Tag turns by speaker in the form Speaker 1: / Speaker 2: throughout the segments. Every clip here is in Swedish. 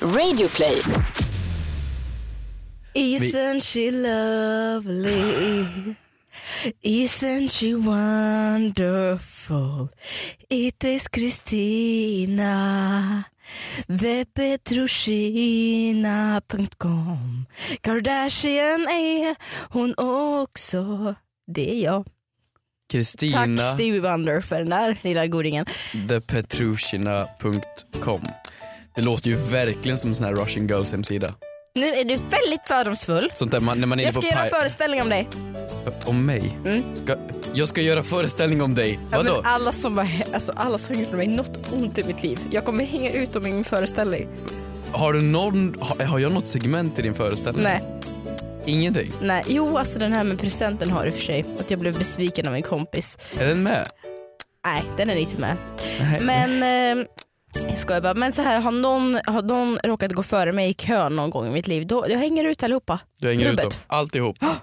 Speaker 1: Radioplay.
Speaker 2: Isn't she lovely? Isn't she wonderful? It is Kristina. ThePetroshina.com Kardashian är hon också. Det är jag. Tack
Speaker 3: Kristina
Speaker 2: Stevie Wonder för den där lilla godingen.
Speaker 3: thepetrusina.com Det låter ju verkligen som en sån här Russian Girls hemsida.
Speaker 2: Nu är du väldigt fördomsfull.
Speaker 3: Sånt där man, när man är inne
Speaker 2: Jag
Speaker 3: på
Speaker 2: ska göra en
Speaker 3: pi-
Speaker 2: föreställning om dig.
Speaker 3: Om mig?
Speaker 2: Mm.
Speaker 3: Ska, jag ska göra föreställning om dig?
Speaker 2: Ja, men
Speaker 3: Vadå?
Speaker 2: alla som har alltså, alla som har gjort mig något ont i mitt liv. Jag kommer hänga ut dem i min föreställning.
Speaker 3: Mm. Har du någon, har, har jag något segment i din föreställning?
Speaker 2: Nej,
Speaker 3: Ingenting?
Speaker 2: nej. Jo, alltså den här med presenten har i och för sig. Att jag blev besviken av en kompis.
Speaker 3: Är den med?
Speaker 2: Nej, den är inte med.
Speaker 3: Nej.
Speaker 2: Men, eh, jag skojar bara. Men så här, har någon, har någon råkat gå före mig i kön någon gång i mitt liv, då jag hänger ut allihopa.
Speaker 3: Du hänger ut
Speaker 2: Rubbet.
Speaker 3: dem? Alltihop? Ja.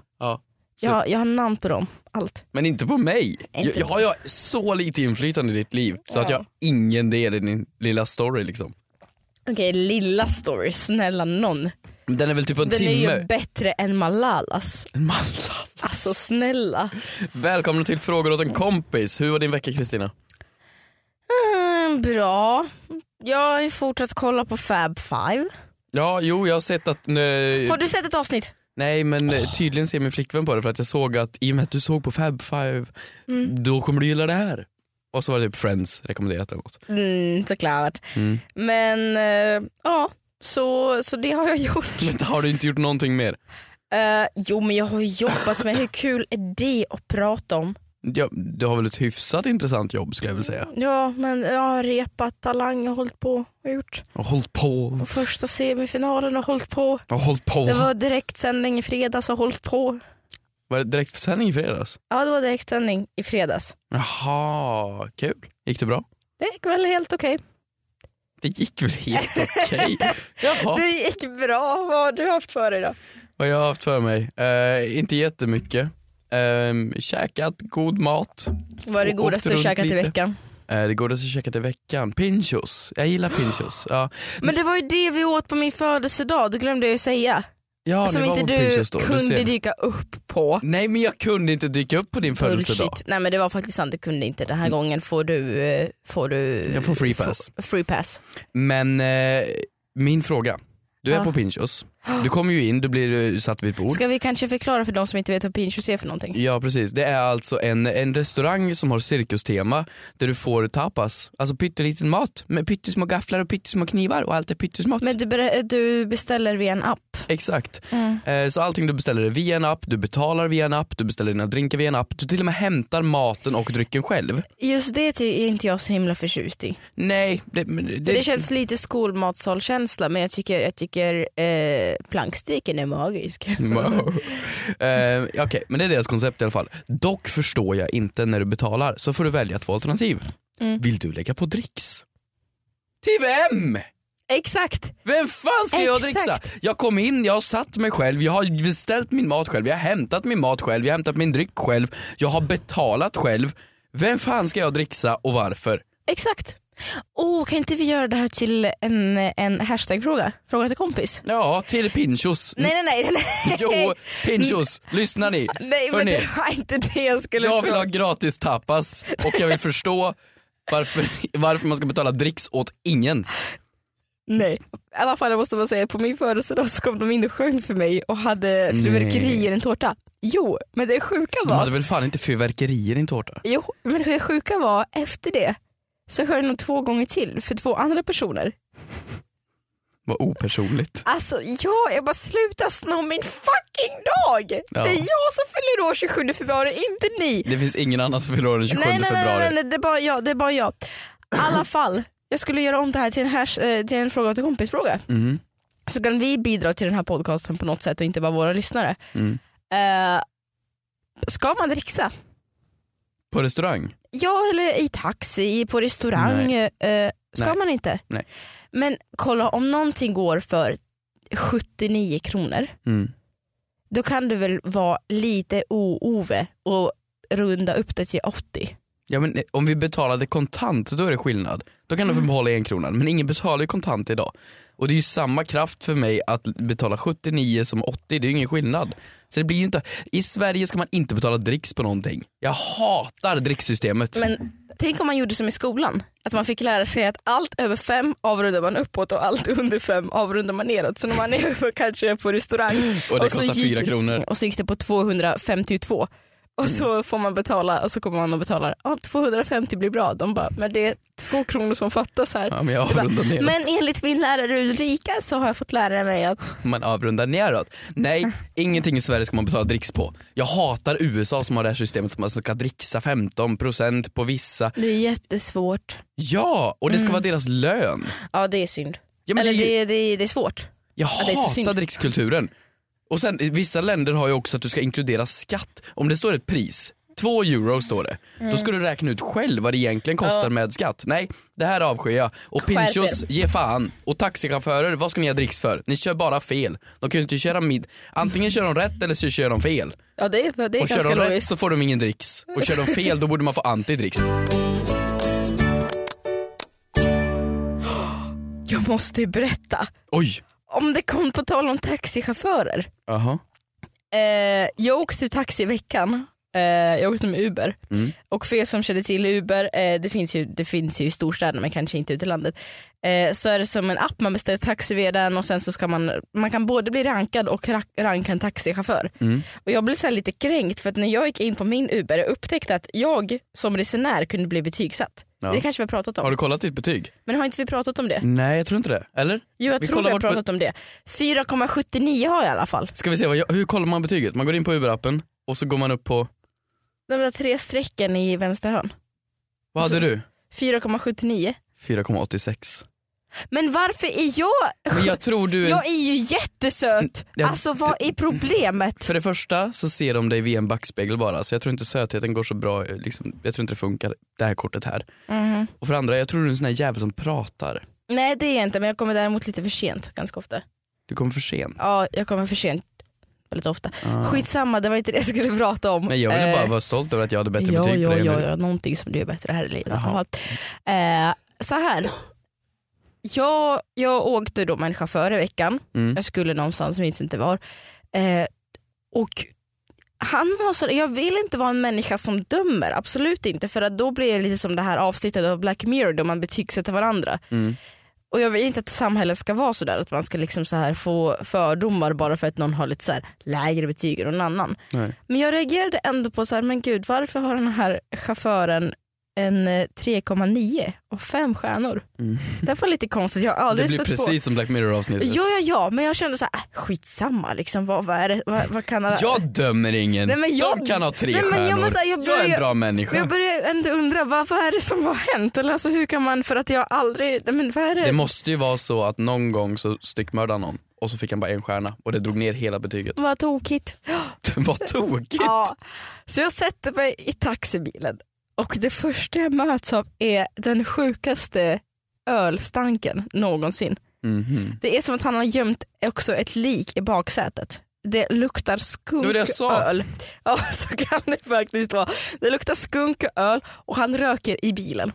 Speaker 3: Så-
Speaker 2: Jag, har- jag har namn på dem. Allt.
Speaker 3: Men inte på mig. Jag, jag har jag så lite inflytande i ditt liv så att jag har ingen del i din lilla story liksom.
Speaker 2: Okej, lilla story. Snälla någon.
Speaker 3: Men Den är väl typ en
Speaker 2: Den är ju
Speaker 3: timme?
Speaker 2: bättre än Malalas.
Speaker 3: En malla.
Speaker 2: Alltså snälla.
Speaker 3: Välkomna till frågor åt en kompis. Hur var din vecka Kristina?
Speaker 2: Mm, bra. Jag har ju fortsatt kolla på Fab Five.
Speaker 3: Ja, jo jag har sett att... Nej,
Speaker 2: Har du sett ett avsnitt?
Speaker 3: nej men eh, tydligen ser min flickvän på det för att jag såg att i och med att du såg på Fab Five,
Speaker 2: Mm.
Speaker 3: då kommer du gilla det här. Och så var det typ Friends rekommenderat eller något.
Speaker 2: Mm, såklart.
Speaker 3: Mm.
Speaker 2: Men eh, ja, så, så det har jag gjort.
Speaker 3: Men har du inte gjort någonting mer?
Speaker 2: Eh, jo men jag har ju jobbat med, hur kul är det att prata om?
Speaker 3: Ja, du har väl ett hyfsat intressant jobb skulle jag vilja säga.
Speaker 2: Ja men jag har repat Talang och hållit på och gjort.
Speaker 3: Och hållit på
Speaker 2: Och första semifinalen och hållit på.
Speaker 3: och hållit på.
Speaker 2: Det var direktsändning i fredags och hållit på.
Speaker 3: Var det direktsändning i fredags?
Speaker 2: Ja det var direktsändning i fredags.
Speaker 3: Jaha, kul. Gick det bra?
Speaker 2: Det gick väl helt okej.
Speaker 3: Det gick väl helt okej. Jaha.
Speaker 2: Det gick bra. Vad har du haft för dig då?
Speaker 3: Vad jag har haft för mig? Eh, inte jättemycket. Eh, käkat god mat.
Speaker 2: Vad är det
Speaker 3: Och
Speaker 2: godaste
Speaker 3: åkte
Speaker 2: du
Speaker 3: runt
Speaker 2: käkat i
Speaker 3: lite.
Speaker 2: veckan?
Speaker 3: Eh, det godaste jag käkat i veckan. Pinchos. Jag gillar pinchos. Ja,
Speaker 2: Men det var ju det vi åt på min födelsedag, det glömde jag ju säga.
Speaker 3: ja
Speaker 2: som
Speaker 3: ni var
Speaker 2: Alltså, inte
Speaker 3: på
Speaker 2: du
Speaker 3: pinchos då. Du
Speaker 2: kunde
Speaker 3: ser.
Speaker 2: dyka upp på.
Speaker 3: Nej men jag kunde inte dyka upp på din födelsedag. Mm.
Speaker 2: Bullshit. Nej men det var faktiskt sant, du kunde inte. Den här gången får du... eh, Får du
Speaker 3: Jag får free pass.
Speaker 2: Får, free pass.
Speaker 3: Men eh, min fråga. Du är
Speaker 2: Ja.
Speaker 3: på pinchos. Du kommer ju in, du blir eh, satt vid ett bord.
Speaker 2: Ska vi kanske förklara för de som inte vet vad pinchos är för någonting?
Speaker 3: Ja precis, det är alltså en, en restaurang som har cirkustema där du får tapas, alltså pytteliten mat med pyttesmå gafflar och pyttesmå knivar och allt är pyttesmått.
Speaker 2: Men du, ber- du beställer via en app.
Speaker 3: Exakt. Eh, Så allting du beställer är via en app, du betalar via en app, du beställer dina drinkar via en app, du till och med hämtar maten och drycken själv.
Speaker 2: Just det är inte jag så himla förtjust i.
Speaker 3: Nej, det, men det,
Speaker 2: Det känns lite skolmatsalkänsla men jag tycker, jag tycker eh, planksteken är magisk.
Speaker 3: Mm. Wow. Eh, Okej, men det är deras koncept i alla fall. Dock förstår jag inte när du betalar så får du välja två alternativ.
Speaker 2: Mm.
Speaker 3: Vill du lägga på dricks? Till vem?
Speaker 2: Exakt!
Speaker 3: Vem fan ska jag
Speaker 2: Exakt.
Speaker 3: dricksa? Jag kom in, jag har satt mig själv, jag har beställt min mat själv, jag har hämtat min mat själv, jag har hämtat min dryck själv, jag har betalat själv. Vem fan ska jag dricksa och varför?
Speaker 2: Exakt. Oh, kan inte vi göra det här till en, en hashtag-fråga? Fråga till kompis?
Speaker 3: Ja, till Pinchos.
Speaker 2: Nej, nej, nej. nej.
Speaker 3: Jo, Pinchos, lyssnar ni?
Speaker 2: nej men
Speaker 3: Hörrni.
Speaker 2: det var inte det jag skulle
Speaker 3: Jag vill
Speaker 2: fråga.
Speaker 3: ha gratis tapas och jag vill förstå varför, varför man ska betala dricks åt ingen.
Speaker 2: Nej. I alla fall, jag måste bara säga, på min födelsedag så kom de in och sjöng för mig och hade fyrverkerier i en tårta. Jo, men det sjuka
Speaker 3: De
Speaker 2: var...
Speaker 3: hade väl fan inte fyrverkerier i en tårta?
Speaker 2: Jo, men det sjuka var efter det så sjöng de två gånger till för två andra personer.
Speaker 3: Vad opersonligt.
Speaker 2: Alltså ja, jag bara sluta sno min fucking dag!
Speaker 3: Ja.
Speaker 2: Det är jag som fyller år 27 februari, inte ni!
Speaker 3: Det finns ingen annan som fyller år den 27
Speaker 2: nej, nej, Nej,
Speaker 3: februari.
Speaker 2: nej, nej, det är bara jag. Det är bara jag. I alla fall, jag skulle göra om det här till en, hash, eh, till en fråga till kompis-fråga.
Speaker 3: Mm.
Speaker 2: Så kan vi bidra till den här podcasten på något sätt och inte bara våra lyssnare.
Speaker 3: Mm.
Speaker 2: Eh, ska man dricksa?
Speaker 3: På restaurang?
Speaker 2: Ja, eller i taxi, i- på restaurang. eh, ska
Speaker 3: Nej.
Speaker 2: man inte?
Speaker 3: Nej.
Speaker 2: Men kolla, om någonting går för 79 kronor,
Speaker 3: Mm.
Speaker 2: då kan du väl vara lite o-Ove och runda upp det till 80?
Speaker 3: Ja, men eh, om vi betalade kontant då är det skillnad. Då kan du få
Speaker 2: Mm.
Speaker 3: behålla en kronan. Men ingen betalar ju kontant idag. Och det är ju samma kraft för mig att betala 79 som 80. Det är ju ingen skillnad. Så det blir ju inte... I Sverige ska man inte betala dricks på någonting. Jag hatar dricksystemet.
Speaker 2: Men tänk om man gjorde som i skolan. Att man fick lära sig att allt över fem avrundar man uppåt och allt under fem avrundar man neråt. Så när man är på, kanske på restaurang
Speaker 3: Och det
Speaker 2: så
Speaker 3: kostar
Speaker 2: gick-
Speaker 3: 4 kronor. Mm.
Speaker 2: och så gick det på 252 och så får man betala och så kommer man och betalar. Ja, 250 blir bra. De bara, men det är två kronor som fattas här.
Speaker 3: Ja, men jag
Speaker 2: Det bara,
Speaker 3: avrundar neråt.
Speaker 2: men enligt min lärare Ulrika så har jag fått lära mig att
Speaker 3: Man avrundar neråt. Nej, ingenting i Sverige ska man betala dricks på. Jag hatar USA som har det här systemet att man ska dricksa 15% på vissa.
Speaker 2: det är jättesvårt.
Speaker 3: Ja, och det ska vara deras lön.
Speaker 2: Ja det är synd.
Speaker 3: Ja, men
Speaker 2: Mm. Eller
Speaker 3: det är ju-
Speaker 2: det, är- det, är- det är svårt.
Speaker 3: Jag
Speaker 2: det är så
Speaker 3: hatar
Speaker 2: synd.
Speaker 3: drickskulturen. Och sen i vissa länder har ju också att du ska inkludera skatt. Om det står ett pris, två euro står det, då ska du räkna ut själv vad det egentligen kostar med skatt. Nej, det här avskyr jag. Och
Speaker 2: Skärp er.
Speaker 3: Pinchos, ge fan. Och taxichaufförer, vad ska ni ha dricks för? Ni kör bara fel. De kan ju inte köra mid... Antingen kör de rätt eller så kör de fel.
Speaker 2: Ja det, är- det är
Speaker 3: Och kör
Speaker 2: ganska
Speaker 3: de rätt
Speaker 2: logiskt.
Speaker 3: så får de ingen dricks. Och kör de fel då borde man få antidricks.
Speaker 2: Jag måste berätta.
Speaker 3: Oj!
Speaker 2: Om det kom på tal om taxichaufförer.
Speaker 3: Aha.
Speaker 2: Eh, jag åkte ju taxi i veckan. Eh, jag åkte med Uber.
Speaker 3: Mm.
Speaker 2: Och för er som känner till Uber, eh, det, finns ju, det finns ju i storstäderna men kanske inte ute i landet. Eh, så är det som en app, man beställer taxi via den och sen så ska man, man kan både bli rankad och ra- ranka en taxichaufför.
Speaker 3: Mm.
Speaker 2: Och jag blev så här lite kränkt för att när jag gick in på min Uber jag upptäckte att jag som resenär kunde bli betygsatt.
Speaker 3: Ja.
Speaker 2: Det kanske vi har pratat om.
Speaker 3: Har du kollat ditt betyg?
Speaker 2: Men har inte vi pratat om det?
Speaker 3: Nej, jag tror inte det. Eller?
Speaker 2: Jo jag
Speaker 3: Vi
Speaker 2: tror
Speaker 3: kollar
Speaker 2: vi har
Speaker 3: vårt bet-
Speaker 2: pratat om det. 4,79 har jag i alla fall.
Speaker 3: Ska vi se, vad jag, hur kollar man betyget? Man går in på Uber-appen och så går man upp på,
Speaker 2: De där tre strecken i vänster hörn.
Speaker 3: vad hade du?
Speaker 2: 4,79.
Speaker 3: 4,86.
Speaker 2: Men varför är jag...
Speaker 3: Men jag tror du är...
Speaker 2: Jag är ju jättesöt!
Speaker 3: Ja,
Speaker 2: Alltså vad är problemet?
Speaker 3: För det första så ser de dig via en backspegel bara, så jag tror inte sötheten går så bra, eh, liksom, jag tror inte det funkar, det här kortet här.
Speaker 2: Mhm.
Speaker 3: Och för det andra, jag tror du är en sån här jävel som pratar.
Speaker 2: Nej det är jag inte men jag kommer däremot lite för sent ganska ofta.
Speaker 3: Du kommer för sent.
Speaker 2: Ja jag kommer för sent väldigt ofta.
Speaker 3: Ah.
Speaker 2: Skitsamma det var inte det jag skulle prata om.
Speaker 3: Men jag ville bara
Speaker 2: Eh,
Speaker 3: vara stolt över att jag hade bättre
Speaker 2: ja,
Speaker 3: betyg på
Speaker 2: ja,
Speaker 3: dig än
Speaker 2: ja,
Speaker 3: du.
Speaker 2: ja, någonting som du är bättre här i livet.
Speaker 3: Jaha.
Speaker 2: Eh, så här. Jag, jag åkte då med en chaufför i veckan.
Speaker 3: Mm.
Speaker 2: Jag skulle någonstans, minns inte var. Eh, och han har så, jag vill inte vara en människa som dömer, absolut inte. För att då blir det lite som det här avsnittet av Black Mirror då man betygsätter varandra.
Speaker 3: Mm.
Speaker 2: Och jag vill inte att samhället ska vara sådär att man ska liksom så här få fördomar bara för att någon har lite så här lägre betyg än någon annan.
Speaker 3: Nej.
Speaker 2: Men jag reagerade ändå på så här, men gud varför har den här chauffören en eh, 3,9 och fem stjärnor?
Speaker 3: Mm.
Speaker 2: Det var lite konstigt, jag har
Speaker 3: Det
Speaker 2: aldrig
Speaker 3: blir
Speaker 2: stött på.
Speaker 3: precis som Black Mirror avsnittet.
Speaker 2: Ja, ja, ja, men jag kände så här, äh, skitsamma liksom, vad, vad är det, vad, vad kan alla...
Speaker 3: Jag dömer ingen.
Speaker 2: Nej, men jag-
Speaker 3: De kan ha tre
Speaker 2: Nej, men jag
Speaker 3: stjärnor.
Speaker 2: måste säga, jag
Speaker 3: är en
Speaker 2: börjar-
Speaker 3: bra
Speaker 2: Men
Speaker 3: människa.
Speaker 2: jag börjar ändå undra, vad, vad är det som har hänt? Eller alltså, hur kan man, för att jag aldrig, nej, men vad är det?
Speaker 3: Det måste ju vara så att någon gång så styckmördade han någon och så fick han bara en stjärna och det drog ner hela betyget.
Speaker 2: Vad tokigt.
Speaker 3: Vad tokigt!
Speaker 2: Ja. Så jag sätter mig i taxibilen och det första jag möts av är den sjukaste ölstanken någonsin.
Speaker 3: Mhm.
Speaker 2: Det är som att han har gömt också ett lik i baksätet. Det luktar skunk
Speaker 3: Det var det jag sa.
Speaker 2: och öl. Ja, så kan det faktiskt vara. Det luktar skunk och öl och han röker i bilen.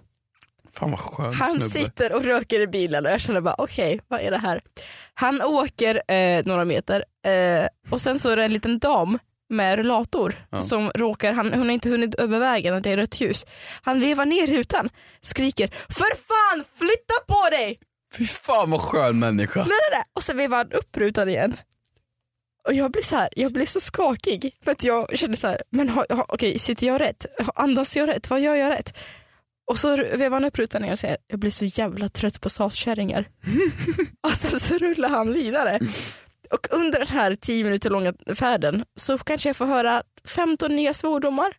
Speaker 3: Fan vad skön
Speaker 2: Han
Speaker 3: snubbe.
Speaker 2: sitter och röker i bilen och jag känner bara okej, vad är det här? Han åker eh, några meter eh, och sen så är det en liten dam med rullator
Speaker 3: Ja.
Speaker 2: som råkar, han, hon har inte hunnit över vägen och det är rött ljus. Han vevar ner rutan, skriker för fan flytta på dig!
Speaker 3: Fy fan vad skön människa.
Speaker 2: Nej, nej, nej. Och sen vevar han upp rutan igen. Och jag blir så här, jag blir så skakig för att jag känner så här, men har, har, okej, sitter jag rätt? Andas jag rätt? Vad gör jag rätt? Och så vevar han upp rutan igen och säger, jag blir så jävla trött på saskärringar. och sen så rullar han vidare. Och under den här 10 minuter långa färden så kanske jag får höra 15 nya svordomar.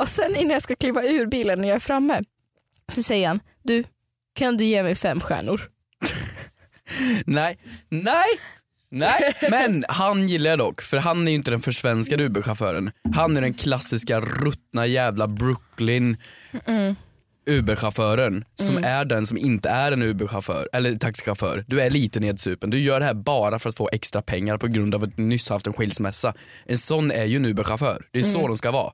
Speaker 2: Och sen innan jag ska kliva ur bilen när jag är framme så säger han, du kan du ge mig fem stjärnor?
Speaker 3: Nej, nej, nej. Men han gillar jag dock, för han är ju inte den försvenskade Uber-chauffören. Han är den klassiska ruttna jävla Brooklyn Uber-chauffören som
Speaker 2: Mm.
Speaker 3: är den som inte är en Uber-chaufför eller taxichaufför. Du är lite nedsupen. Du gör det här bara för att få extra pengar
Speaker 2: Mm.
Speaker 3: på grund av att du nyss haft en skilsmässa. En sån är ju en Uber-chaufför. Det är så de ska vara.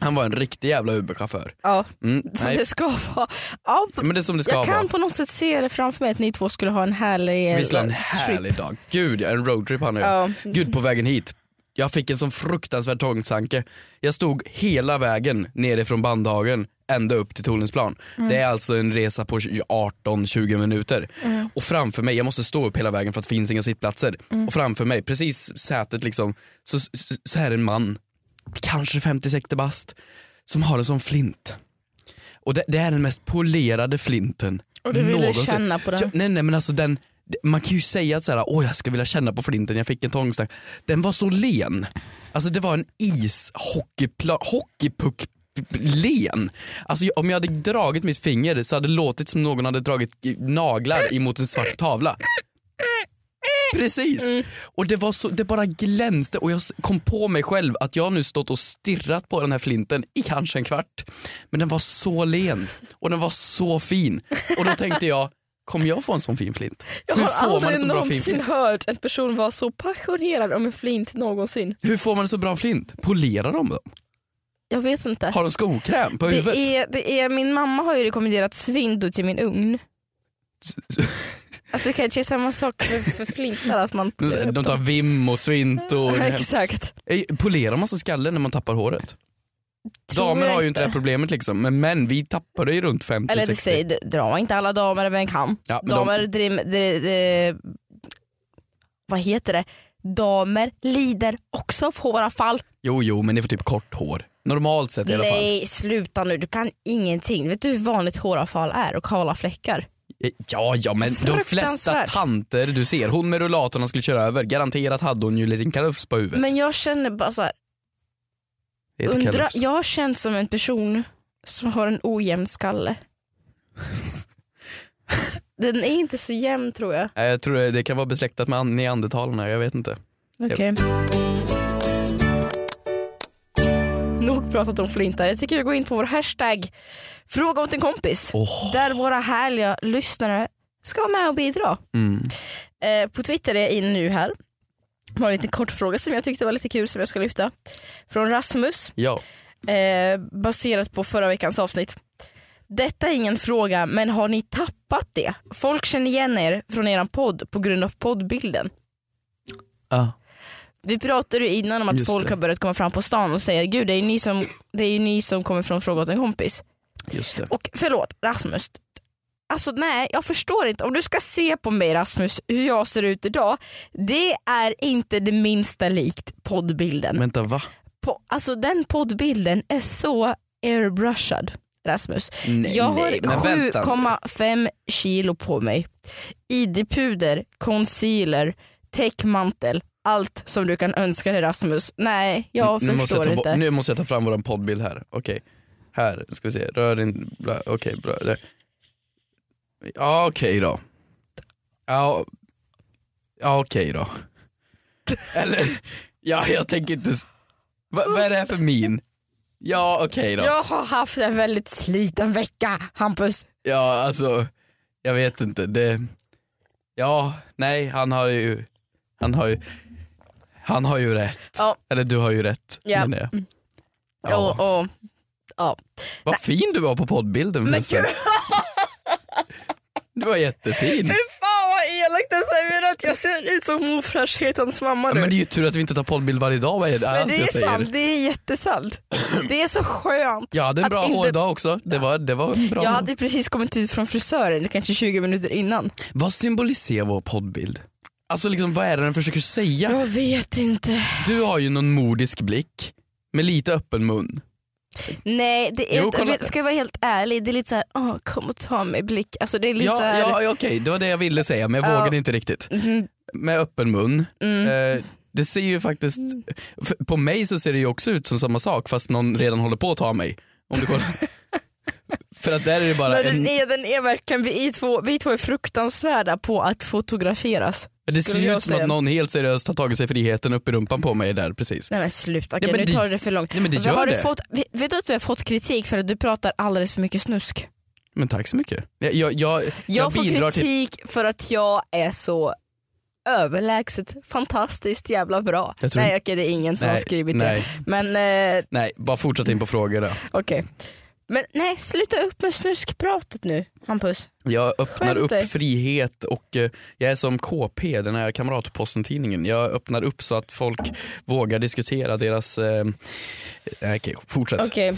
Speaker 3: Han var en riktig jävla Uber-chaufför.
Speaker 2: Ja,
Speaker 3: Mm,
Speaker 2: som
Speaker 3: nej,
Speaker 2: det ska vara. Ja,
Speaker 3: men det är som det ska
Speaker 2: jag
Speaker 3: vara.
Speaker 2: kan på något sätt se det framför mig att ni två skulle ha en härlig eh,
Speaker 3: Visst var det en
Speaker 2: trip.
Speaker 3: härlig dag. Gud ja, en roadtrip han och jag.
Speaker 2: Ja.
Speaker 3: Gud på vägen hit. Jag fick en sån fruktansvärd tångtanke. Jag stod hela vägen nerifrån Bandhagen ända upp till Tornedalsplan. Det är alltså en resa på 18-20 minuter. Och framför mig, jag måste stå upp hela vägen för att det finns inga sittplatser. Och framför mig, precis sätet liksom, så, så, så är det en man, kanske 50-60 bast, som har en sån flint. Och det, det är den mest polerade flinten
Speaker 2: Och du ville
Speaker 3: någonsin.
Speaker 2: känna på den.
Speaker 3: Ja, nej nej men alltså den, man kan ju säga att så här, åh jag skulle vilja känna på flinten, jag fick en tångstank. Den var så len. Alltså det var en ishockeyplan, hockeypuck len. Alltså jag- om jag hade dragit mitt finger så hade det låtit som någon hade dragit i- naglar emot en svart tavla. Precis!
Speaker 2: Mm.
Speaker 3: Och det, var så, det bara glänste och jag s- kom på mig själv att jag nu stått och stirrat på den här flinten i kanske en kvart. Men den var så len och den var så fin. Och då tänkte jag, kommer jag få en sån fin flint?
Speaker 2: Jag
Speaker 3: Hur
Speaker 2: har
Speaker 3: får man en
Speaker 2: aldrig
Speaker 3: så bra fin
Speaker 2: någonsin
Speaker 3: flint?
Speaker 2: hört en person vara så passionerad om en flint någonsin.
Speaker 3: Hur får man en så bra flint? Polerar de dem?
Speaker 2: Jag vet inte.
Speaker 3: Har de skokräm på huvudet?
Speaker 2: Det är, det är, min mamma har ju rekommenderat svindo till min ugn. Att det kanske är samma sak för, för flintar. Att man,
Speaker 3: De tar vim och svint och...
Speaker 2: Exakt.
Speaker 3: Eh, Polerar man sig skallen när man tappar håret?
Speaker 2: Tror
Speaker 3: Damer
Speaker 2: jag
Speaker 3: har ju inte det här problemet liksom, men män vi tappar det ju runt 50-60.
Speaker 2: Eller du säger, d- dra inte alla damer över en kam.
Speaker 3: Ja, men de-
Speaker 2: damer drim, dri, dri, vad heter det? Damer lider också av håravfall.
Speaker 3: Jo, jo, men det är för typ kort hår. Normalt sett i alla fall.
Speaker 2: Nej sluta nu, du kan ingenting. Vet du hur vanligt håravfall är och kala fläckar?
Speaker 3: Eh, Ja, ja, men de flesta
Speaker 2: Fruktansvärt.
Speaker 3: tanter du ser, hon med rullatorn han skulle köra över, garanterat hade hon ju en liten kalufs på huvudet.
Speaker 2: Men jag känner bara så här,
Speaker 3: Det heter
Speaker 2: undra,
Speaker 3: kalufs.
Speaker 2: jag har känt som en person som har en ojämn skalle. Den är inte så jämn tror jag.
Speaker 3: Nej, Jag tror det, det kan vara besläktat med an- neandertalarna, jag vet inte. Okej.
Speaker 2: Nog pratat om flintar. Jag tycker vi går in på vår hashtag fråga åt en kompis.
Speaker 3: Åh,
Speaker 2: Där våra härliga lyssnare ska vara med och bidra.
Speaker 3: mm.
Speaker 2: Eh, på Twitter är jag in nu här. Jag har en liten kort fråga som jag tyckte var lite kul som jag ska lyfta. Från Rasmus,
Speaker 3: Ja,
Speaker 2: eh, baserat på förra veckans avsnitt. Detta är ingen fråga men har ni tappat det? Folk känner igen er från eran podd på grund av poddbilden.
Speaker 3: ah.
Speaker 2: Vi pratade ju innan om att
Speaker 3: Just
Speaker 2: folk
Speaker 3: det.
Speaker 2: har börjat komma fram på stan och säga gud det är ju ni som, det är ju ni som kommer från Fråga åt en kompis.
Speaker 3: just det.
Speaker 2: Och förlåt Rasmus, alltså nej jag förstår inte. Om du ska se på mig Rasmus hur jag ser ut idag, det är inte det minsta likt poddbilden.
Speaker 3: Vänta, va?
Speaker 2: På, alltså den poddbilden är så airbrushad Rasmus.
Speaker 3: Nej,
Speaker 2: jag har
Speaker 3: nej, men vänta.
Speaker 2: 7,5 kilo på mig. ID-puder, concealer, täckmantel. Allt som du kan önska dig Rasmus. Nej, jag
Speaker 3: nu, måste
Speaker 2: förstår
Speaker 3: jag ta, bo-
Speaker 2: inte.
Speaker 3: nu måste jag ta fram vår poddbild här. Okej, här ska vi se. Rör in, bla, okej bra. Där. Ja okej då. Ja, ja okej då. Eller, ja jag tänker inte, s- Va, vad är det här för min? Ja okej då.
Speaker 2: Jag har haft en väldigt sliten vecka Hampus.
Speaker 3: Ja alltså, jag vet inte. Det, ja, nej han har ju, han har ju, han har ju rätt.
Speaker 2: Ja.
Speaker 3: Eller du har ju rätt
Speaker 2: Ja.
Speaker 3: menar jag. Ja.
Speaker 2: Och, och, ja.
Speaker 3: Vad fin du var på poddbilden
Speaker 2: Men
Speaker 3: förresten.
Speaker 2: gud
Speaker 3: Du var jättefin.
Speaker 2: fan vad elakt att säga att jag ser ut som ofräschhetens mamma
Speaker 3: Ja,
Speaker 2: nu.
Speaker 3: Men det är ju tur att vi inte tar poddbild varje dag. Vad är det,
Speaker 2: Men det är
Speaker 3: jag säger.
Speaker 2: sant, det är jättesant. Det är så skönt.
Speaker 3: Jag hade en
Speaker 2: Att
Speaker 3: bra
Speaker 2: inte-
Speaker 3: hårdag också. Det var, det var en bra.
Speaker 2: Jag hade precis kommit ut från frisören kanske 20 minuter innan.
Speaker 3: Vad symboliserar vår poddbild? Alltså liksom, vad är det den försöker säga?
Speaker 2: Jag vet inte.
Speaker 3: Du har ju någon mordisk blick med lite öppen mun.
Speaker 2: Nej, det är
Speaker 3: Jo,
Speaker 2: inte,
Speaker 3: kolla.
Speaker 2: vet- ska jag vara helt ärlig, det är lite såhär, åh kom och ta mig blick. Alltså det är lite
Speaker 3: Ja,
Speaker 2: såhär,
Speaker 3: ja, ja, okej, det var det jag ville säga men jag
Speaker 2: Ja.
Speaker 3: vågade inte riktigt.
Speaker 2: Mhm.
Speaker 3: Med öppen mun.
Speaker 2: mm.
Speaker 3: Eh, det ser ju faktiskt, f- på mig så ser det ju också ut som samma sak fast någon redan håller på att ta mig. Om du kollar. För att där är det bara
Speaker 2: Men
Speaker 3: en...
Speaker 2: den är, den är verkligen, vi två, vi två är fruktansvärda på att fotograferas.
Speaker 3: Men Det ser
Speaker 2: skulle
Speaker 3: ju
Speaker 2: jag
Speaker 3: ut som
Speaker 2: säga.
Speaker 3: att någon helt seriöst har tagit sig friheten upp i rumpan på mig där precis.
Speaker 2: Nej men sluta,
Speaker 3: Nej,
Speaker 2: okej,
Speaker 3: men
Speaker 2: nu
Speaker 3: det-
Speaker 2: tar du det för långt.
Speaker 3: Nej men det
Speaker 2: Alltså, har
Speaker 3: gör
Speaker 2: du
Speaker 3: det.
Speaker 2: Fått, vet- vet du att du har fått kritik för att du pratar alldeles för mycket snusk?
Speaker 3: Men tack så mycket. Jag, jag, jag, jag,
Speaker 2: Jag, får
Speaker 3: bidrar till...
Speaker 2: kritik för att jag är så överlägset fantastiskt jävla bra.
Speaker 3: Jag tror-
Speaker 2: Nej okej det är ingen som har skrivit
Speaker 3: nej,
Speaker 2: det. Men eh,
Speaker 3: nej, bara fortsätt in på frågorna.
Speaker 2: okej. Men nej sluta upp med snuskpratet nu Hampus.
Speaker 3: Jag öppnar
Speaker 2: Skärp
Speaker 3: upp
Speaker 2: dig.
Speaker 3: frihet och eh, jag är som KP, den här kamratposten-tidningen. Jag öppnar upp så att folk vågar diskutera deras... Eh, nej, okej, fortsätt.
Speaker 2: Okej.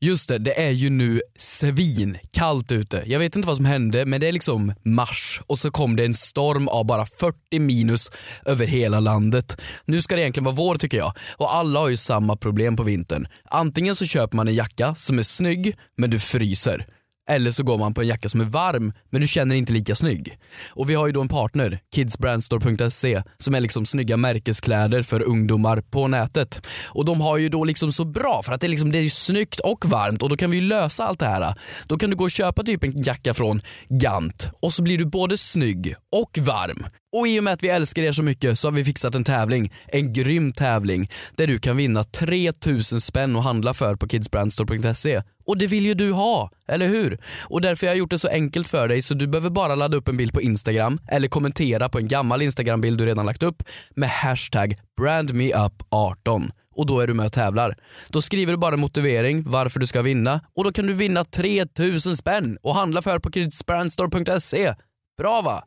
Speaker 3: Just det, det är ju nu svin kallt ute. Jag vet inte vad som hände men det är liksom mars och så kom det en storm av bara 40 minus över hela landet. Nu ska det egentligen vara vår tycker jag och alla har ju samma problem på vintern. Antingen så köper man en jacka som är snygg men du fryser. Eller så går man på en jacka som är varm men du känner dig inte lika snygg. Och vi har ju då en partner, kidsbrandstore.se, som är liksom snygga märkeskläder för ungdomar på nätet. Och de har ju då liksom så bra för att det, är liksom, det är ju snyggt och varmt och då kan vi ju lösa allt det här. Då kan du gå och köpa typ en jacka från Gant och så blir du både snygg och varm. Och i och med att vi älskar er så mycket så har vi fixat en tävling, en grym tävling där du kan vinna 3000 spänn att handla för på kidsbrandstore.se. Och det vill ju du ha, eller hur? Och därför har jag gjort det så enkelt för dig så du behöver bara ladda upp en bild på Instagram eller kommentera på en gammal Instagram-bild du redan lagt upp med hashtag brandmeup18 och då är du med och tävlar. Då skriver du bara en motivering varför du ska vinna och då kan du vinna 3000 spänn och handla för på kidsbrandstore.se. Bra va?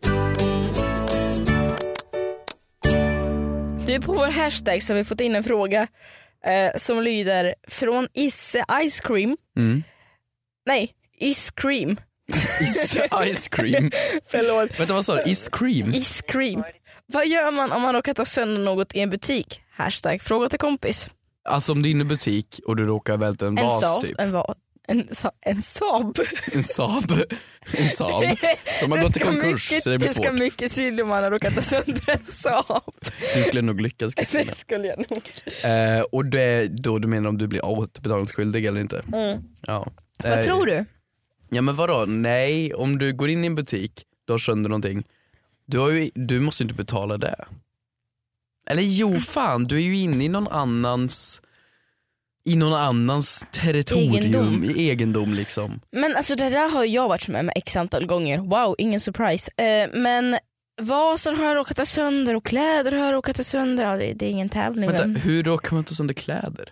Speaker 2: Du på vår hashtag så har vi fått in en fråga eh, som lyder från Isse Ice Cream.
Speaker 3: Mm.
Speaker 2: Nej, Is Cream.
Speaker 3: Ice cream.
Speaker 2: Förlåt.
Speaker 3: Vänta vad sa du? Is cream?
Speaker 2: Is Cream. Vad gör man om man råkar ta sönder något i en butik? Hashtag fråga till kompis.
Speaker 3: Alltså om du är inne i butik och du råkar välta en,
Speaker 2: En
Speaker 3: vas
Speaker 2: Saab.
Speaker 3: typ.
Speaker 2: En, va- en, sa- en Saab.
Speaker 3: En Saab. En Saab. De har gått i
Speaker 2: ska
Speaker 3: konkurs
Speaker 2: mycket,
Speaker 3: så det blir svårt.
Speaker 2: ska mycket till om man har råkat ta sönder en Saab.
Speaker 3: Du skulle nog lyckas Kristina.
Speaker 2: Det skulle jag nog.
Speaker 3: Eh, och det är då du menar om du blir återbetalningsskyldig eller inte?
Speaker 2: Mm.
Speaker 3: Ja. Eh,
Speaker 2: Vad tror du?
Speaker 3: Ja men vadå, nej om du går in i en butik, du har sönder någonting, du, har ju, du måste ju inte betala det. Eller jo fan, du är ju inne i någon annans i någon annans territorium,
Speaker 2: Egendom.
Speaker 3: i egendom liksom.
Speaker 2: Men alltså det där har jag varit med med x antal gånger. Wow, ingen surprise. Eh, men vaser har jag råkat ta sönder och kläder har jag råkat ta sönder. Ja, det, det är ingen tävling.
Speaker 3: Vänta,
Speaker 2: men-
Speaker 3: hur då kan man ta sönder kläder?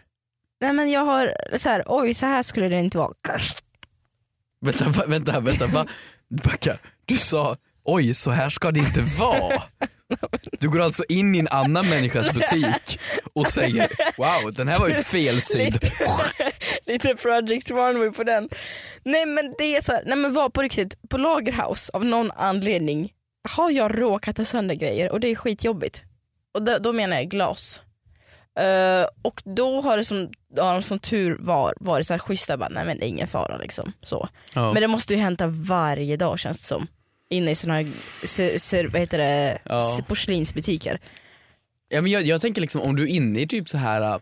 Speaker 2: Nej men jag har så här, oj så här skulle det inte vara.
Speaker 3: Vänta, va, vänta, vänta, va? Backa. Du sa oj så här ska det inte vara. Du går alltså in i en annan människas butik och säger wow den här var ju felsydd.
Speaker 2: Lite project runway på den. Nej men det är så här, nej men var på riktigt, på Lagerhaus av någon anledning har jag råkat ta sönder grejer och det är skitjobbigt. Och då, då menar jag glas. Eh, och då har det som, då har de som tur var varit så här schyssta, bara, nej men det är ingen fara liksom. Så.
Speaker 3: Ja.
Speaker 2: Men det måste ju hända varje dag känns det som. Inne i sådana här ser, ser, vad heter det,
Speaker 3: Ja.
Speaker 2: porslinsbutiker.
Speaker 3: Ja, men jag, jag tänker liksom om du är inne i typ så här äh,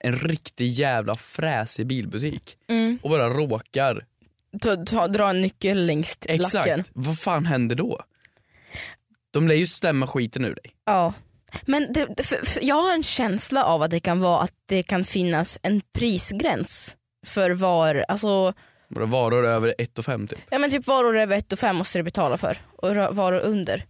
Speaker 3: en riktig jävla fräsig bilbutik och bara råkar.
Speaker 2: Ta, ta, dra en nyckel längst
Speaker 3: Exakt,
Speaker 2: lacken.
Speaker 3: vad fan händer då? De lär ju stämma skiten ur dig.
Speaker 2: Ja. Men det, det, för, för jag har en känsla av att det kan vara att det kan finnas en prisgräns för var, alltså,
Speaker 3: Våra varor är över 1,5 typ.
Speaker 2: ja men typ varor över 1 och 5 måste du betala för och ra- varor under.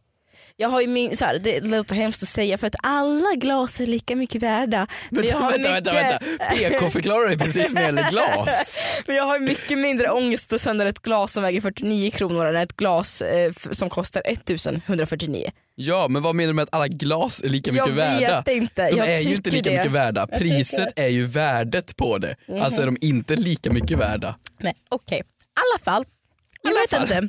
Speaker 2: Jag har ju min, så här, det låter hemskt att säga för att alla glas är lika mycket värda. Men jag har mycket-
Speaker 3: PK förklarar dig precis när det gäller glas.
Speaker 2: Men jag har mycket mindre ångest att sönder ett glas som väger 49 kronor än ett glas eh, f- som kostar 1149.
Speaker 3: Ja men vad menar du med att alla glas är lika mycket
Speaker 2: jag
Speaker 3: värda?
Speaker 2: vet inte.
Speaker 3: De
Speaker 2: jag
Speaker 3: är ju inte
Speaker 2: tycker
Speaker 3: lika
Speaker 2: det.
Speaker 3: mycket värda, priset är ju värdet på det. Alltså är de inte lika mycket värda.
Speaker 2: Nej, okej. I alla fall. Jag vet inte.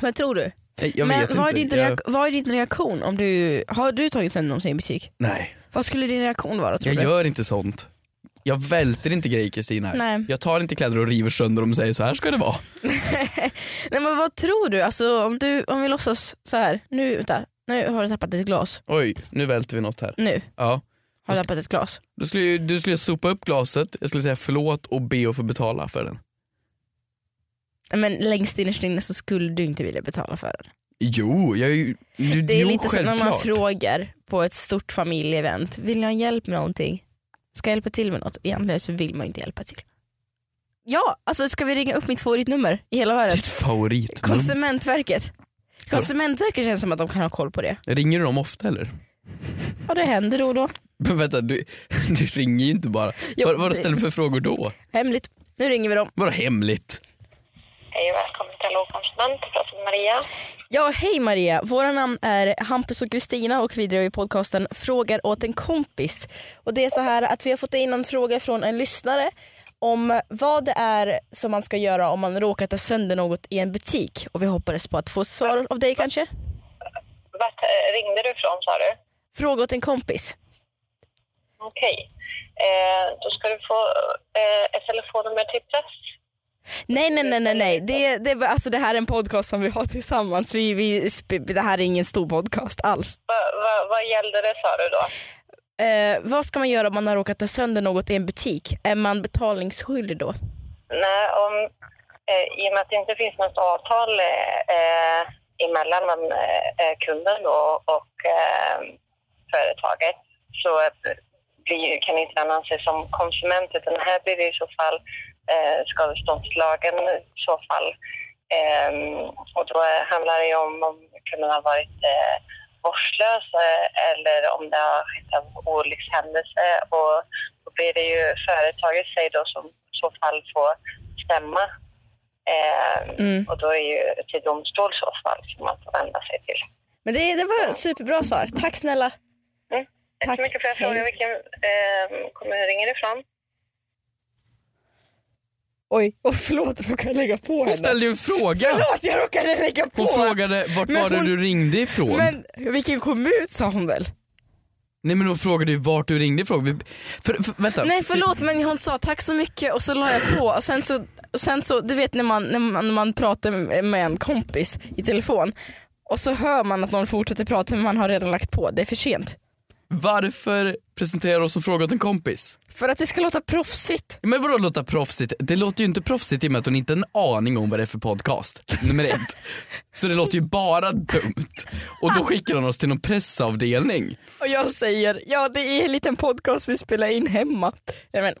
Speaker 2: Vad tror du?
Speaker 3: Nej, Jag
Speaker 2: men
Speaker 3: vet
Speaker 2: vad, är
Speaker 3: inte.
Speaker 2: din
Speaker 3: jag...
Speaker 2: reak- vad är din reaktion om du, har du tagit sönder någonting i butik?
Speaker 3: Nej.
Speaker 2: Vad skulle din reaktion vara tror
Speaker 3: Jag
Speaker 2: du?
Speaker 3: gör inte sånt. Jag välter inte grejer Kristina.
Speaker 2: Nej.
Speaker 3: Jag tar inte kläder och river sönder dem och säger så här ska det vara.
Speaker 2: Nej men vad tror du? Alltså om du, om vi låtsas så här. nu vänta, nu har du tappat ett glas.
Speaker 3: Oj, nu välter vi något här.
Speaker 2: Nu
Speaker 3: Ja.
Speaker 2: har du tappat ett glas.
Speaker 3: Du skulle, ju- du skulle sopa upp glaset, jag skulle säga förlåt och be att få betala för den.
Speaker 2: Nej, Men längst innerst inne så skulle du inte vilja betala för det.
Speaker 3: Jo, jag är ju... Du,
Speaker 2: Det är
Speaker 3: jo,
Speaker 2: lite som när
Speaker 3: självklart.
Speaker 2: man frågar på ett stort familjeevent, vill ni ha hjälp med någonting? Ska jag hjälpa till med något? Egentligen så vill man inte hjälpa till. Ja, alltså ska vi ringa upp mitt favoritnummer i hela världen?
Speaker 3: Ditt favoritnummer.
Speaker 2: Konsumentverket. Konsumentverket känns som att de kan ha koll på det.
Speaker 3: Ringer du dem ofta eller?
Speaker 2: Ja det händer då och då.
Speaker 3: Men vänta, du, du ringer ju inte bara.
Speaker 2: Ja,
Speaker 3: Vad, vad
Speaker 2: det-
Speaker 3: ställer du för frågor då?
Speaker 2: Hemligt. Nu ringer vi dem.
Speaker 3: Vadå hemligt?
Speaker 1: Hej och välkommen till Lågkonsument. Jag pratar med Maria.
Speaker 2: Ja, hej Maria. Våra namn är Hampus och Kristina och vi driver podcasten Frågar åt en kompis. Och det är så här att vi har fått in en fråga från en lyssnare om vad det är som man ska göra om man råkar ta sönder något i en butik. Och vi hoppades på att få svar av dig kanske?
Speaker 1: Vart eh, ringde du ifrån sa du?
Speaker 2: Fråga åt en kompis.
Speaker 1: Okej. Eh, då ska du få eh, ett telefonnummer till press.
Speaker 2: Nej, nej, nej, nej, nej. Det, det, var- alltså, det här är en podcast som vi har tillsammans. Vi, vi, sp- det här är ingen stor podcast alls.
Speaker 1: Va, va, vad gällde det sa du då?
Speaker 2: Eh, vad ska man göra om man har råkat ta sönder något i en butik? Är man betalningsskyldig då?
Speaker 1: Nej, om, eh, i och med att det inte finns något avtal eh, eh, emellan men, eh, eh, kunden och, och eh, företaget så eh, blir, kan inte den anses som konsument utan här blir det i så fall eh, skadeståndslagen i så fall. Ehm, och då eh, handlar det ju om om kunden har varit eh, vårdslös eh, eller om det har skett en olyckshändelse och då blir det ju företaget sig då som i så fall får stämma. Ehm,
Speaker 2: Mm.
Speaker 1: Och då är ju till domstol i så fall som man får vända sig till.
Speaker 2: Men det, det var superbra svar. Tack snälla.
Speaker 1: Mm. Tack
Speaker 2: Tack.
Speaker 1: så mycket för att jag
Speaker 2: Hej.
Speaker 1: frågade vilken eh, kommun ringer ifrån.
Speaker 2: Oj, och förlåt jag råkade lägga på
Speaker 3: Hon
Speaker 2: henne.
Speaker 3: ställde ju en fråga.
Speaker 2: Förlåt jag råkade lägga på.
Speaker 3: Hon frågade vart
Speaker 2: Men
Speaker 3: var det
Speaker 2: hon-
Speaker 3: du ringde ifrån?
Speaker 2: Men vilken kommun sa hon väl?
Speaker 3: Nej men hon frågade ju vart du ringde ifrån. Vi- För, för, vänta.
Speaker 2: Nej förlåt men hon sa tack så mycket och så la jag på och sen så, och sen så du vet när man, när, man, när man pratar med en kompis i telefon och så hör man att någon fortsätter prata men man har redan lagt på, det är för sent.
Speaker 3: Varför presenterar du oss som fråga åt en kompis?
Speaker 2: För att det ska låta proffsigt.
Speaker 3: Men vadå låta proffsigt? Det låter ju inte proffsigt i och med att hon inte har en aning om vad det är för podcast. Nummer ett. Så det låter ju bara dumt. Och då skickar hon oss till någon pressavdelning.
Speaker 2: Och jag säger, ja det är en liten podcast vi spelar in hemma. Nej, men,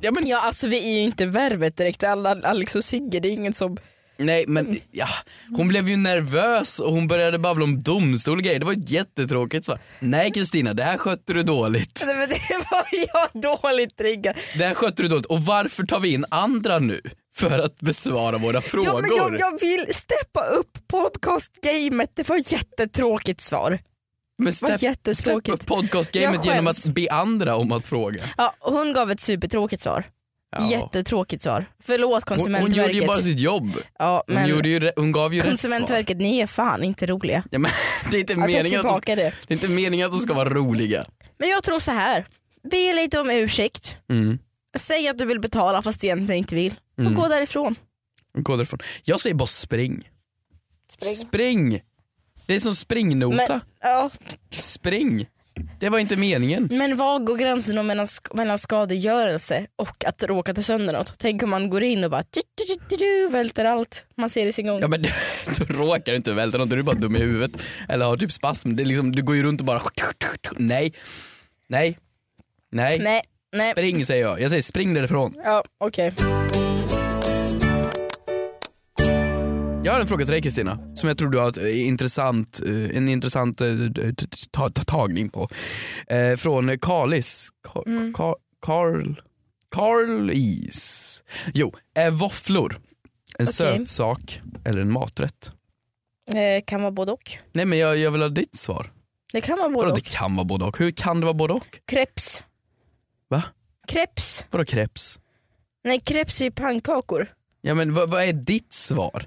Speaker 3: Ja, men,
Speaker 2: ja alltså vi är ju inte Värvet direkt, Alla- Alex och Sigge det är ingen som
Speaker 3: nej men ja. Hon blev ju nervös och hon började babbla om domstol och grejer. Det var ett jättetråkigt svar. Nej Kristina, det här skötte du dåligt.
Speaker 2: Nej men det var jag dåligt triggad.
Speaker 3: Det här skötte du dåligt. Och varför tar vi in andra nu? För att besvara våra frågor.
Speaker 2: Ja, men jag, jag vill steppa upp podcastgamet, det var ett jättetråkigt svar.
Speaker 3: Men
Speaker 2: Vad
Speaker 3: step, step
Speaker 2: jättetråkigt.
Speaker 3: upp podcastgamet
Speaker 2: Jag
Speaker 3: genom att
Speaker 2: skäms.
Speaker 3: be andra om att fråga.
Speaker 2: Ja, hon gav ett supertråkigt svar.
Speaker 3: Ja.
Speaker 2: Jättetråkigt svar. Förlåt
Speaker 3: Hon, hon
Speaker 2: Konsumentverket.
Speaker 3: gjorde ju bara sitt jobb.
Speaker 2: ja,
Speaker 3: Hon,
Speaker 2: men
Speaker 3: gjorde ju, re- hon gav ju rätt svar.
Speaker 2: Konsumentverket, ni är fan inte roliga.
Speaker 3: Ja, men, det, är inte
Speaker 2: Jag tar
Speaker 3: meningen att de ska,
Speaker 2: tillbaka det.
Speaker 3: det är inte meningen att de ska vara roliga.
Speaker 2: Men jag tror så här. be lite om ursäkt,
Speaker 3: Mm.
Speaker 2: säg att du vill betala fast du egentligen inte vill och
Speaker 3: Mm.
Speaker 2: gå därifrån.
Speaker 3: Gå därifrån. Jag säger bara spring. Spring! Det är som springnota.
Speaker 2: Men, ja,
Speaker 3: Spring! Det var inte meningen.
Speaker 2: Men var går gränsen då mellan, sk- mellan skadegörelse och att råka ta sönder något? Tänk om man går in och bara du, du, du, du, du, välter allt. Man ser det sin gång.
Speaker 3: Ja, men, du råkar du inte välta något, då är du bara dum i huvudet. Eller har typ spasm. Det är liksom, du går ju runt och bara... Nej. Nej. Nej.
Speaker 2: Nej, nej.
Speaker 3: Spring säger jag. Jag säger spring därifrån.
Speaker 2: Ja, okej.
Speaker 3: Jag har en fråga till dig Kristina, som jag tror du har ett, eh, intressant, eh, en intressant eh, t- t- ta- ta- tagning på. Eh, från eh, Kalis. Ka-
Speaker 2: Mm.
Speaker 3: Ka- Karl... Karl Is. Jo, är våfflor en
Speaker 2: Okej.
Speaker 3: sötsak eller en maträtt?
Speaker 2: Eh, kan vara både och.
Speaker 3: Nej men jag, jag vill ha ditt svar.
Speaker 2: Det kan vara både
Speaker 3: Vadå
Speaker 2: och.
Speaker 3: det kan vara både och? Hur kan det vara både och?
Speaker 2: Kreps.
Speaker 3: Va?
Speaker 2: Kreps.
Speaker 3: Vadå kreps?
Speaker 2: Nej, kreps är pannkakor.
Speaker 3: Ja men vad, vad är ditt svar?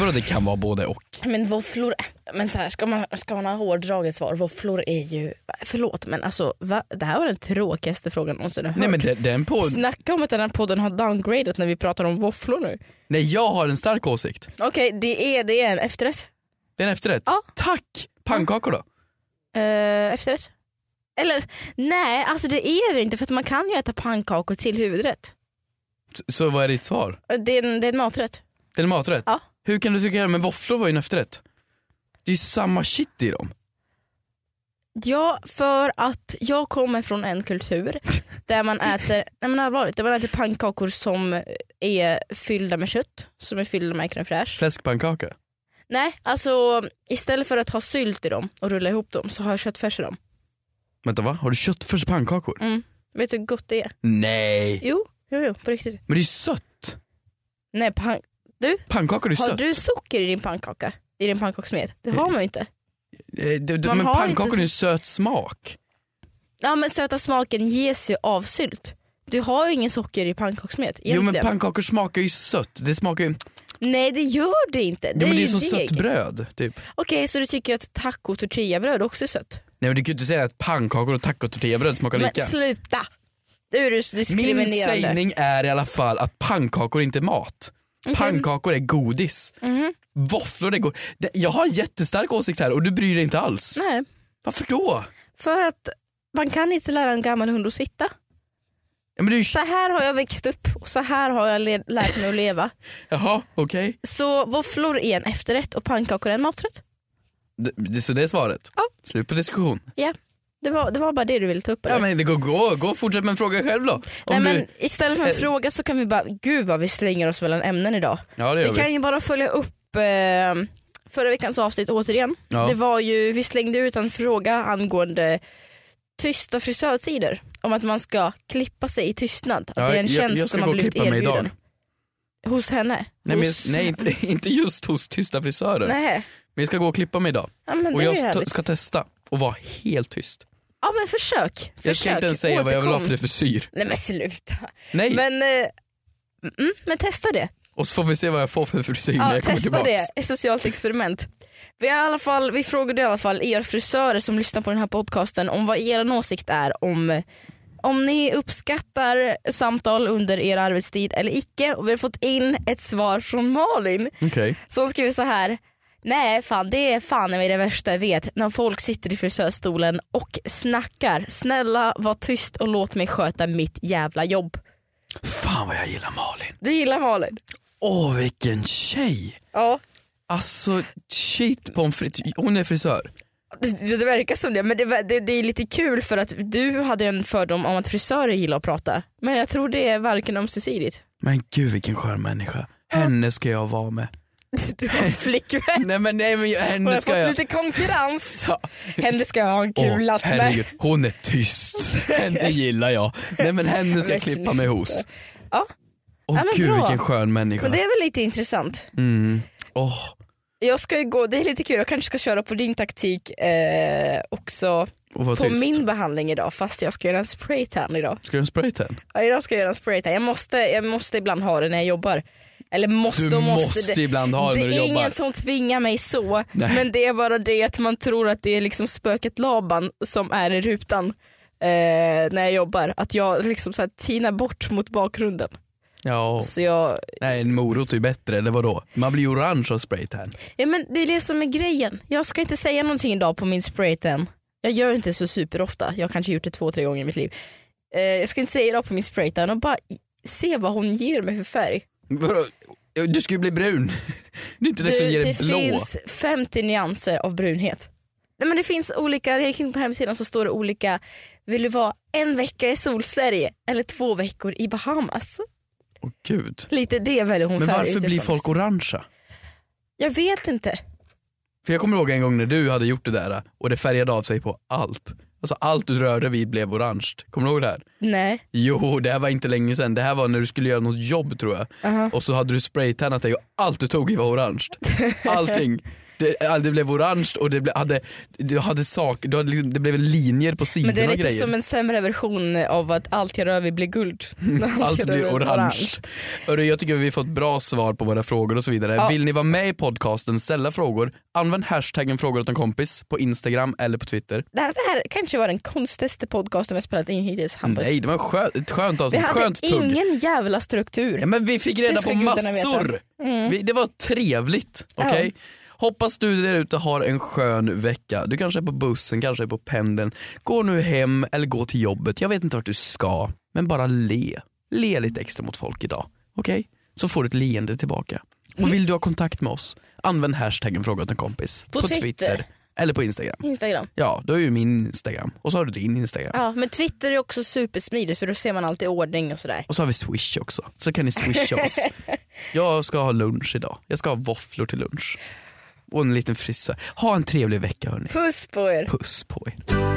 Speaker 3: Vadå det kan vara både och?
Speaker 2: Men våfflor, men så här, ska, man, ska man ha hårdraget svar, våfflor är ju, förlåt men alltså va? det här var den tråkigaste frågan någonsin jag hört.
Speaker 3: Nej men den, den på...
Speaker 2: Snacka om att den här podden har downgradat när vi pratar om våfflor nu.
Speaker 3: Nej jag har en stark åsikt.
Speaker 2: Okej, det, är, det är en efterrätt.
Speaker 3: Det är en efterrätt.
Speaker 2: Ja.
Speaker 3: Tack! Pannkakor då?
Speaker 2: Eh, efterrätt? Eller nej, alltså det är det inte för att man kan ju äta pannkakor till huvudrätt.
Speaker 3: Så- Så vad är ditt svar?
Speaker 2: Eh, Det är en, det är en maträtt.
Speaker 3: Det är en maträtt?
Speaker 2: Ja.
Speaker 3: Hur kan du tycka det? Men våfflor var ju en efterrätt. Det är ju samma shit i dem.
Speaker 2: Ja, för att jag kommer från en kultur där man äter, nej men allvarligt, där man äter pannkakor som är fyllda med kött, som är fyllda med crème fraîche.
Speaker 3: Fläskpannkaka.
Speaker 2: Nej, alltså istället för att ha sylt i dem och rulla ihop dem så har jag köttfärs i dem.
Speaker 3: Vänta va? Har du köttfärs pannkakor?
Speaker 2: Vet du hur gott det är?
Speaker 3: Nej!
Speaker 2: Jo, jo, jo på riktigt.
Speaker 3: Men det är ju sött!
Speaker 2: Nej, pan-
Speaker 3: Pannkakor är ju
Speaker 2: har
Speaker 3: sött.
Speaker 2: du socker i din pannkaka? I din pannkakssmet? Det
Speaker 3: Mm.
Speaker 2: har man ju inte.
Speaker 3: Eh, du- du-
Speaker 2: Man
Speaker 3: Men
Speaker 2: har
Speaker 3: pannkakor
Speaker 2: inte
Speaker 3: är ju en söt smak.
Speaker 2: Ja men söta smaken ges ju av sylt. Du har ju ingen socker i pannkakssmet
Speaker 3: Jo men
Speaker 2: egentligen.
Speaker 3: pannkakor smakar ju sött. Det smakar ju... Jo,
Speaker 2: Nej det gör det inte. Det
Speaker 3: men
Speaker 2: är
Speaker 3: det är
Speaker 2: ju
Speaker 3: som
Speaker 2: deg.
Speaker 3: sött bröd typ.
Speaker 2: Okej så du tycker att taco tortillabröd också är sött?
Speaker 3: Nej men du kan ju inte säga att pannkakor och tacotortillabröd smakar lika.
Speaker 2: Men sluta! Du är dis-
Speaker 3: Min
Speaker 2: diskriminerande.
Speaker 3: sägning är i alla fall att pannkakor inte är mat. Pannkakor är godis.
Speaker 2: Mhm.
Speaker 3: Våfflor är godis. Jag har en jättestark åsikt här och du bryr dig inte alls.
Speaker 2: Nej,
Speaker 3: Varför då?
Speaker 2: för att man kan inte lära en gammal hund att sitta.
Speaker 3: Ja, men du,
Speaker 2: Så här har jag växt upp och så här har jag le- lärt mig att leva.
Speaker 3: jaha, okej.
Speaker 2: Så våfflor är en efterrätt och pannkakor är en maträtt.
Speaker 3: Det- det- Så det är svaret?
Speaker 2: Ja.
Speaker 3: Slut på diskussion.
Speaker 2: Det var, det var bara det du ville ta upp eller?
Speaker 3: Ja, men det går, gå, gå, fortsätt med en fråga själv då. Om
Speaker 2: Nej, men
Speaker 3: du,
Speaker 2: istället för en
Speaker 3: Eh.
Speaker 2: fråga så kan vi bara, gud vad vi slänger oss mellan ämnen idag.
Speaker 3: ja det gör
Speaker 2: Vi
Speaker 3: vi.
Speaker 2: kan ju bara följa upp eh, förra veckans avsnitt återigen.
Speaker 3: Ja.
Speaker 2: Det var ju, vi slängde ut en fråga angående tysta frisörtider. Om att man ska klippa sig i tystnad. Att
Speaker 3: Ja,
Speaker 2: det är en
Speaker 3: jag-
Speaker 2: tjänst
Speaker 3: jag ska
Speaker 2: som har
Speaker 3: gå och
Speaker 2: blivit
Speaker 3: klippa mig idag.
Speaker 2: erbjuden. Hos henne?
Speaker 3: Nej, men,
Speaker 2: Hos-
Speaker 3: nej inte, inte just hos tysta frisörer.
Speaker 2: Nej.
Speaker 3: Men jag ska gå och klippa mig idag.
Speaker 2: Ja, men
Speaker 3: Och
Speaker 2: det är
Speaker 3: jag
Speaker 2: ju
Speaker 3: ska,
Speaker 2: härligt.
Speaker 3: ska testa och vara helt tyst.
Speaker 2: Ja men försök. försök.
Speaker 3: Jag ska inte ens säga vad jag vill ha
Speaker 2: Återkom.
Speaker 3: för det för syr.
Speaker 2: Nej men sluta.
Speaker 3: Nej,
Speaker 2: Men, eh, mm, men testa det.
Speaker 3: och så får vi se vad jag får för frisyr när
Speaker 2: Ja,
Speaker 3: jag kommer
Speaker 2: testa
Speaker 3: tillbaks.
Speaker 2: det, ett socialt experiment. Vi, har i alla fall, vi frågade i alla fall er frisörer som lyssnar på den här podcasten om vad er åsikt är om, om ni uppskattar samtal under er arbetstid eller icke. Och vi har fått in ett svar från Malin
Speaker 3: Okej.
Speaker 2: som skriver så här. Nej fan det är fan mig det värsta jag vet när folk sitter i frisörstolen och snackar. Snälla var tyst och låt mig sköta mitt jävla jobb.
Speaker 3: Fan vad jag gillar Malin.
Speaker 2: Du gillar Malin?
Speaker 3: Åh vilken tjej.
Speaker 2: Ja.
Speaker 3: Alltså shit pommes frites. Hon är frisör.
Speaker 2: Det, det verkar som det, men det, var- det, det är lite kul för att du hade en fördom om att frisörer gillar att prata. Men jag tror det är varken ömsesidigt.
Speaker 3: Men gud vilken skön människa. Henne ska jag vara med.
Speaker 2: Du har en flickvän.
Speaker 3: Nej men, nej, men
Speaker 2: Hon
Speaker 3: henne
Speaker 2: har
Speaker 3: ska
Speaker 2: fått
Speaker 3: jag.
Speaker 2: lite konkurrens.
Speaker 3: Ja.
Speaker 2: Henne ska jag ha en
Speaker 3: Åh,
Speaker 2: kulat med.
Speaker 3: herregud, hon är tyst. Henne gillar jag. Nej men henne ska jag
Speaker 2: Men
Speaker 3: klippa mig hos.
Speaker 2: Ja.
Speaker 3: Åh
Speaker 2: Ja, men
Speaker 3: gud
Speaker 2: bra.
Speaker 3: vilken skön människa.
Speaker 2: Men det är väl lite intressant.
Speaker 3: Mm. Åh,
Speaker 2: Jag ska ju gå, det är lite kul, jag kanske ska köra på din taktik eh, också
Speaker 3: och vad
Speaker 2: på
Speaker 3: tyst.
Speaker 2: min behandling idag fast jag ska göra en spraytan idag.
Speaker 3: Ska du ha en spraytan?
Speaker 2: Ja, idag ska jag göra en spraytan, jag måste, jag måste ibland ha det när jag jobbar. Eller måste
Speaker 3: Du
Speaker 2: och
Speaker 3: måste,
Speaker 2: Alltså, måste. det-
Speaker 3: ibland ha
Speaker 2: det
Speaker 3: den när du
Speaker 2: är
Speaker 3: jobbar.
Speaker 2: ingen som tvingar mig så,
Speaker 3: Nej.
Speaker 2: men det är bara det att man tror att det är liksom spöket Laban som är i rutan eh, när jag jobbar. Att jag liksom så här tinar bort mot bakgrunden.
Speaker 3: Ja,
Speaker 2: Så jag,
Speaker 3: nej en morot är ju bättre, eller vadå? Man blir ju orange av spraytan.
Speaker 2: ja, men det är det som är grejen. Jag ska inte säga någonting idag på min spraytan. Jag gör inte så superofta, jag har kanske gjort det två, tre gånger i mitt liv. Eh, jag ska inte säga idag på min spraytan och bara se vad hon ger mig för färg.
Speaker 3: Vadå? Du ska ju bli brun. Det är inte det som
Speaker 2: Du,
Speaker 3: ger dig
Speaker 2: det
Speaker 3: blå.
Speaker 2: finns 50 nyanser av brunhet. Nej, men det finns olika, jag gick in på hemsidan så står det olika, vill du vara en vecka i Solsverige eller två veckor i Bahamas?
Speaker 3: Åh, gud.
Speaker 2: Lite det väljer hon
Speaker 3: Men
Speaker 2: färg
Speaker 3: varför
Speaker 2: utifrån.
Speaker 3: blir folk orangea?
Speaker 2: Jag vet inte.
Speaker 3: För jag kommer ihåg en gång när du hade gjort det där och det färgade av sig på allt. Alltså allt du rörde vid blev orange. Kommer du ihåg det här?
Speaker 2: Nej.
Speaker 3: Jo, det här var inte länge sedan. Det här var när du skulle göra något jobb tror jag.
Speaker 2: Aha.
Speaker 3: Och så hade du spraytannat dig och allt du tog i var orange. Allting. Det, all- det blev orange och det ble, hade, du hade sak, du hade, liksom- det blev linjer på sidorna
Speaker 2: Men det är
Speaker 3: och
Speaker 2: lite
Speaker 3: grejer.
Speaker 2: som en sämre version av att allt jag rör vid blir guld. jag
Speaker 3: Allt
Speaker 2: rör
Speaker 3: blir
Speaker 2: vid
Speaker 3: orange. Hörru, jag tycker vi fått bra svar på våra frågor och så vidare.
Speaker 2: Ja.
Speaker 3: Vill ni vara med i podcasten, ställa frågor, använd hashtaggen frågor åt en kompis på Instagram eller på Twitter.
Speaker 2: Det här, det här kanske var den konstigaste podcasten vi har spelat in hittills Hampus.
Speaker 3: Nej, det var en skö, ett skönt
Speaker 2: Vi
Speaker 3: avsnitt,
Speaker 2: hade
Speaker 3: skönt tugg.
Speaker 2: ingen jävla struktur.
Speaker 3: Ja, men vi fick reda
Speaker 2: Det
Speaker 3: på
Speaker 2: ska gudarna Mm.
Speaker 3: massor. Vi, det var trevligt. Okej? Hoppas du där ute har en skön vecka. Du kanske är på bussen, kanske är på pendeln. Gå nu hem eller gå till jobbet. Jag vet inte vart du ska, men bara le. Le lite extra mot folk idag. Okej? Så får du ett leende tillbaka. Och vill du ha kontakt med oss, använd hashtaggen fråga åt en kompis.
Speaker 2: På Twitter.
Speaker 3: Eller på Instagram.
Speaker 2: Instagram.
Speaker 3: Ja, då är ju min Instagram. Och så har du din Instagram.
Speaker 2: Ja, men Twitter är också supersmidigt för då ser man alltid ordning och sådär.
Speaker 3: Och så har vi swish också, så kan ni swisha oss. Jag ska ha lunch idag. Jag ska ha våfflor till lunch. och en liten frisör. Ha en trevlig vecka hörni.
Speaker 2: Puss på er.
Speaker 3: Puss på er.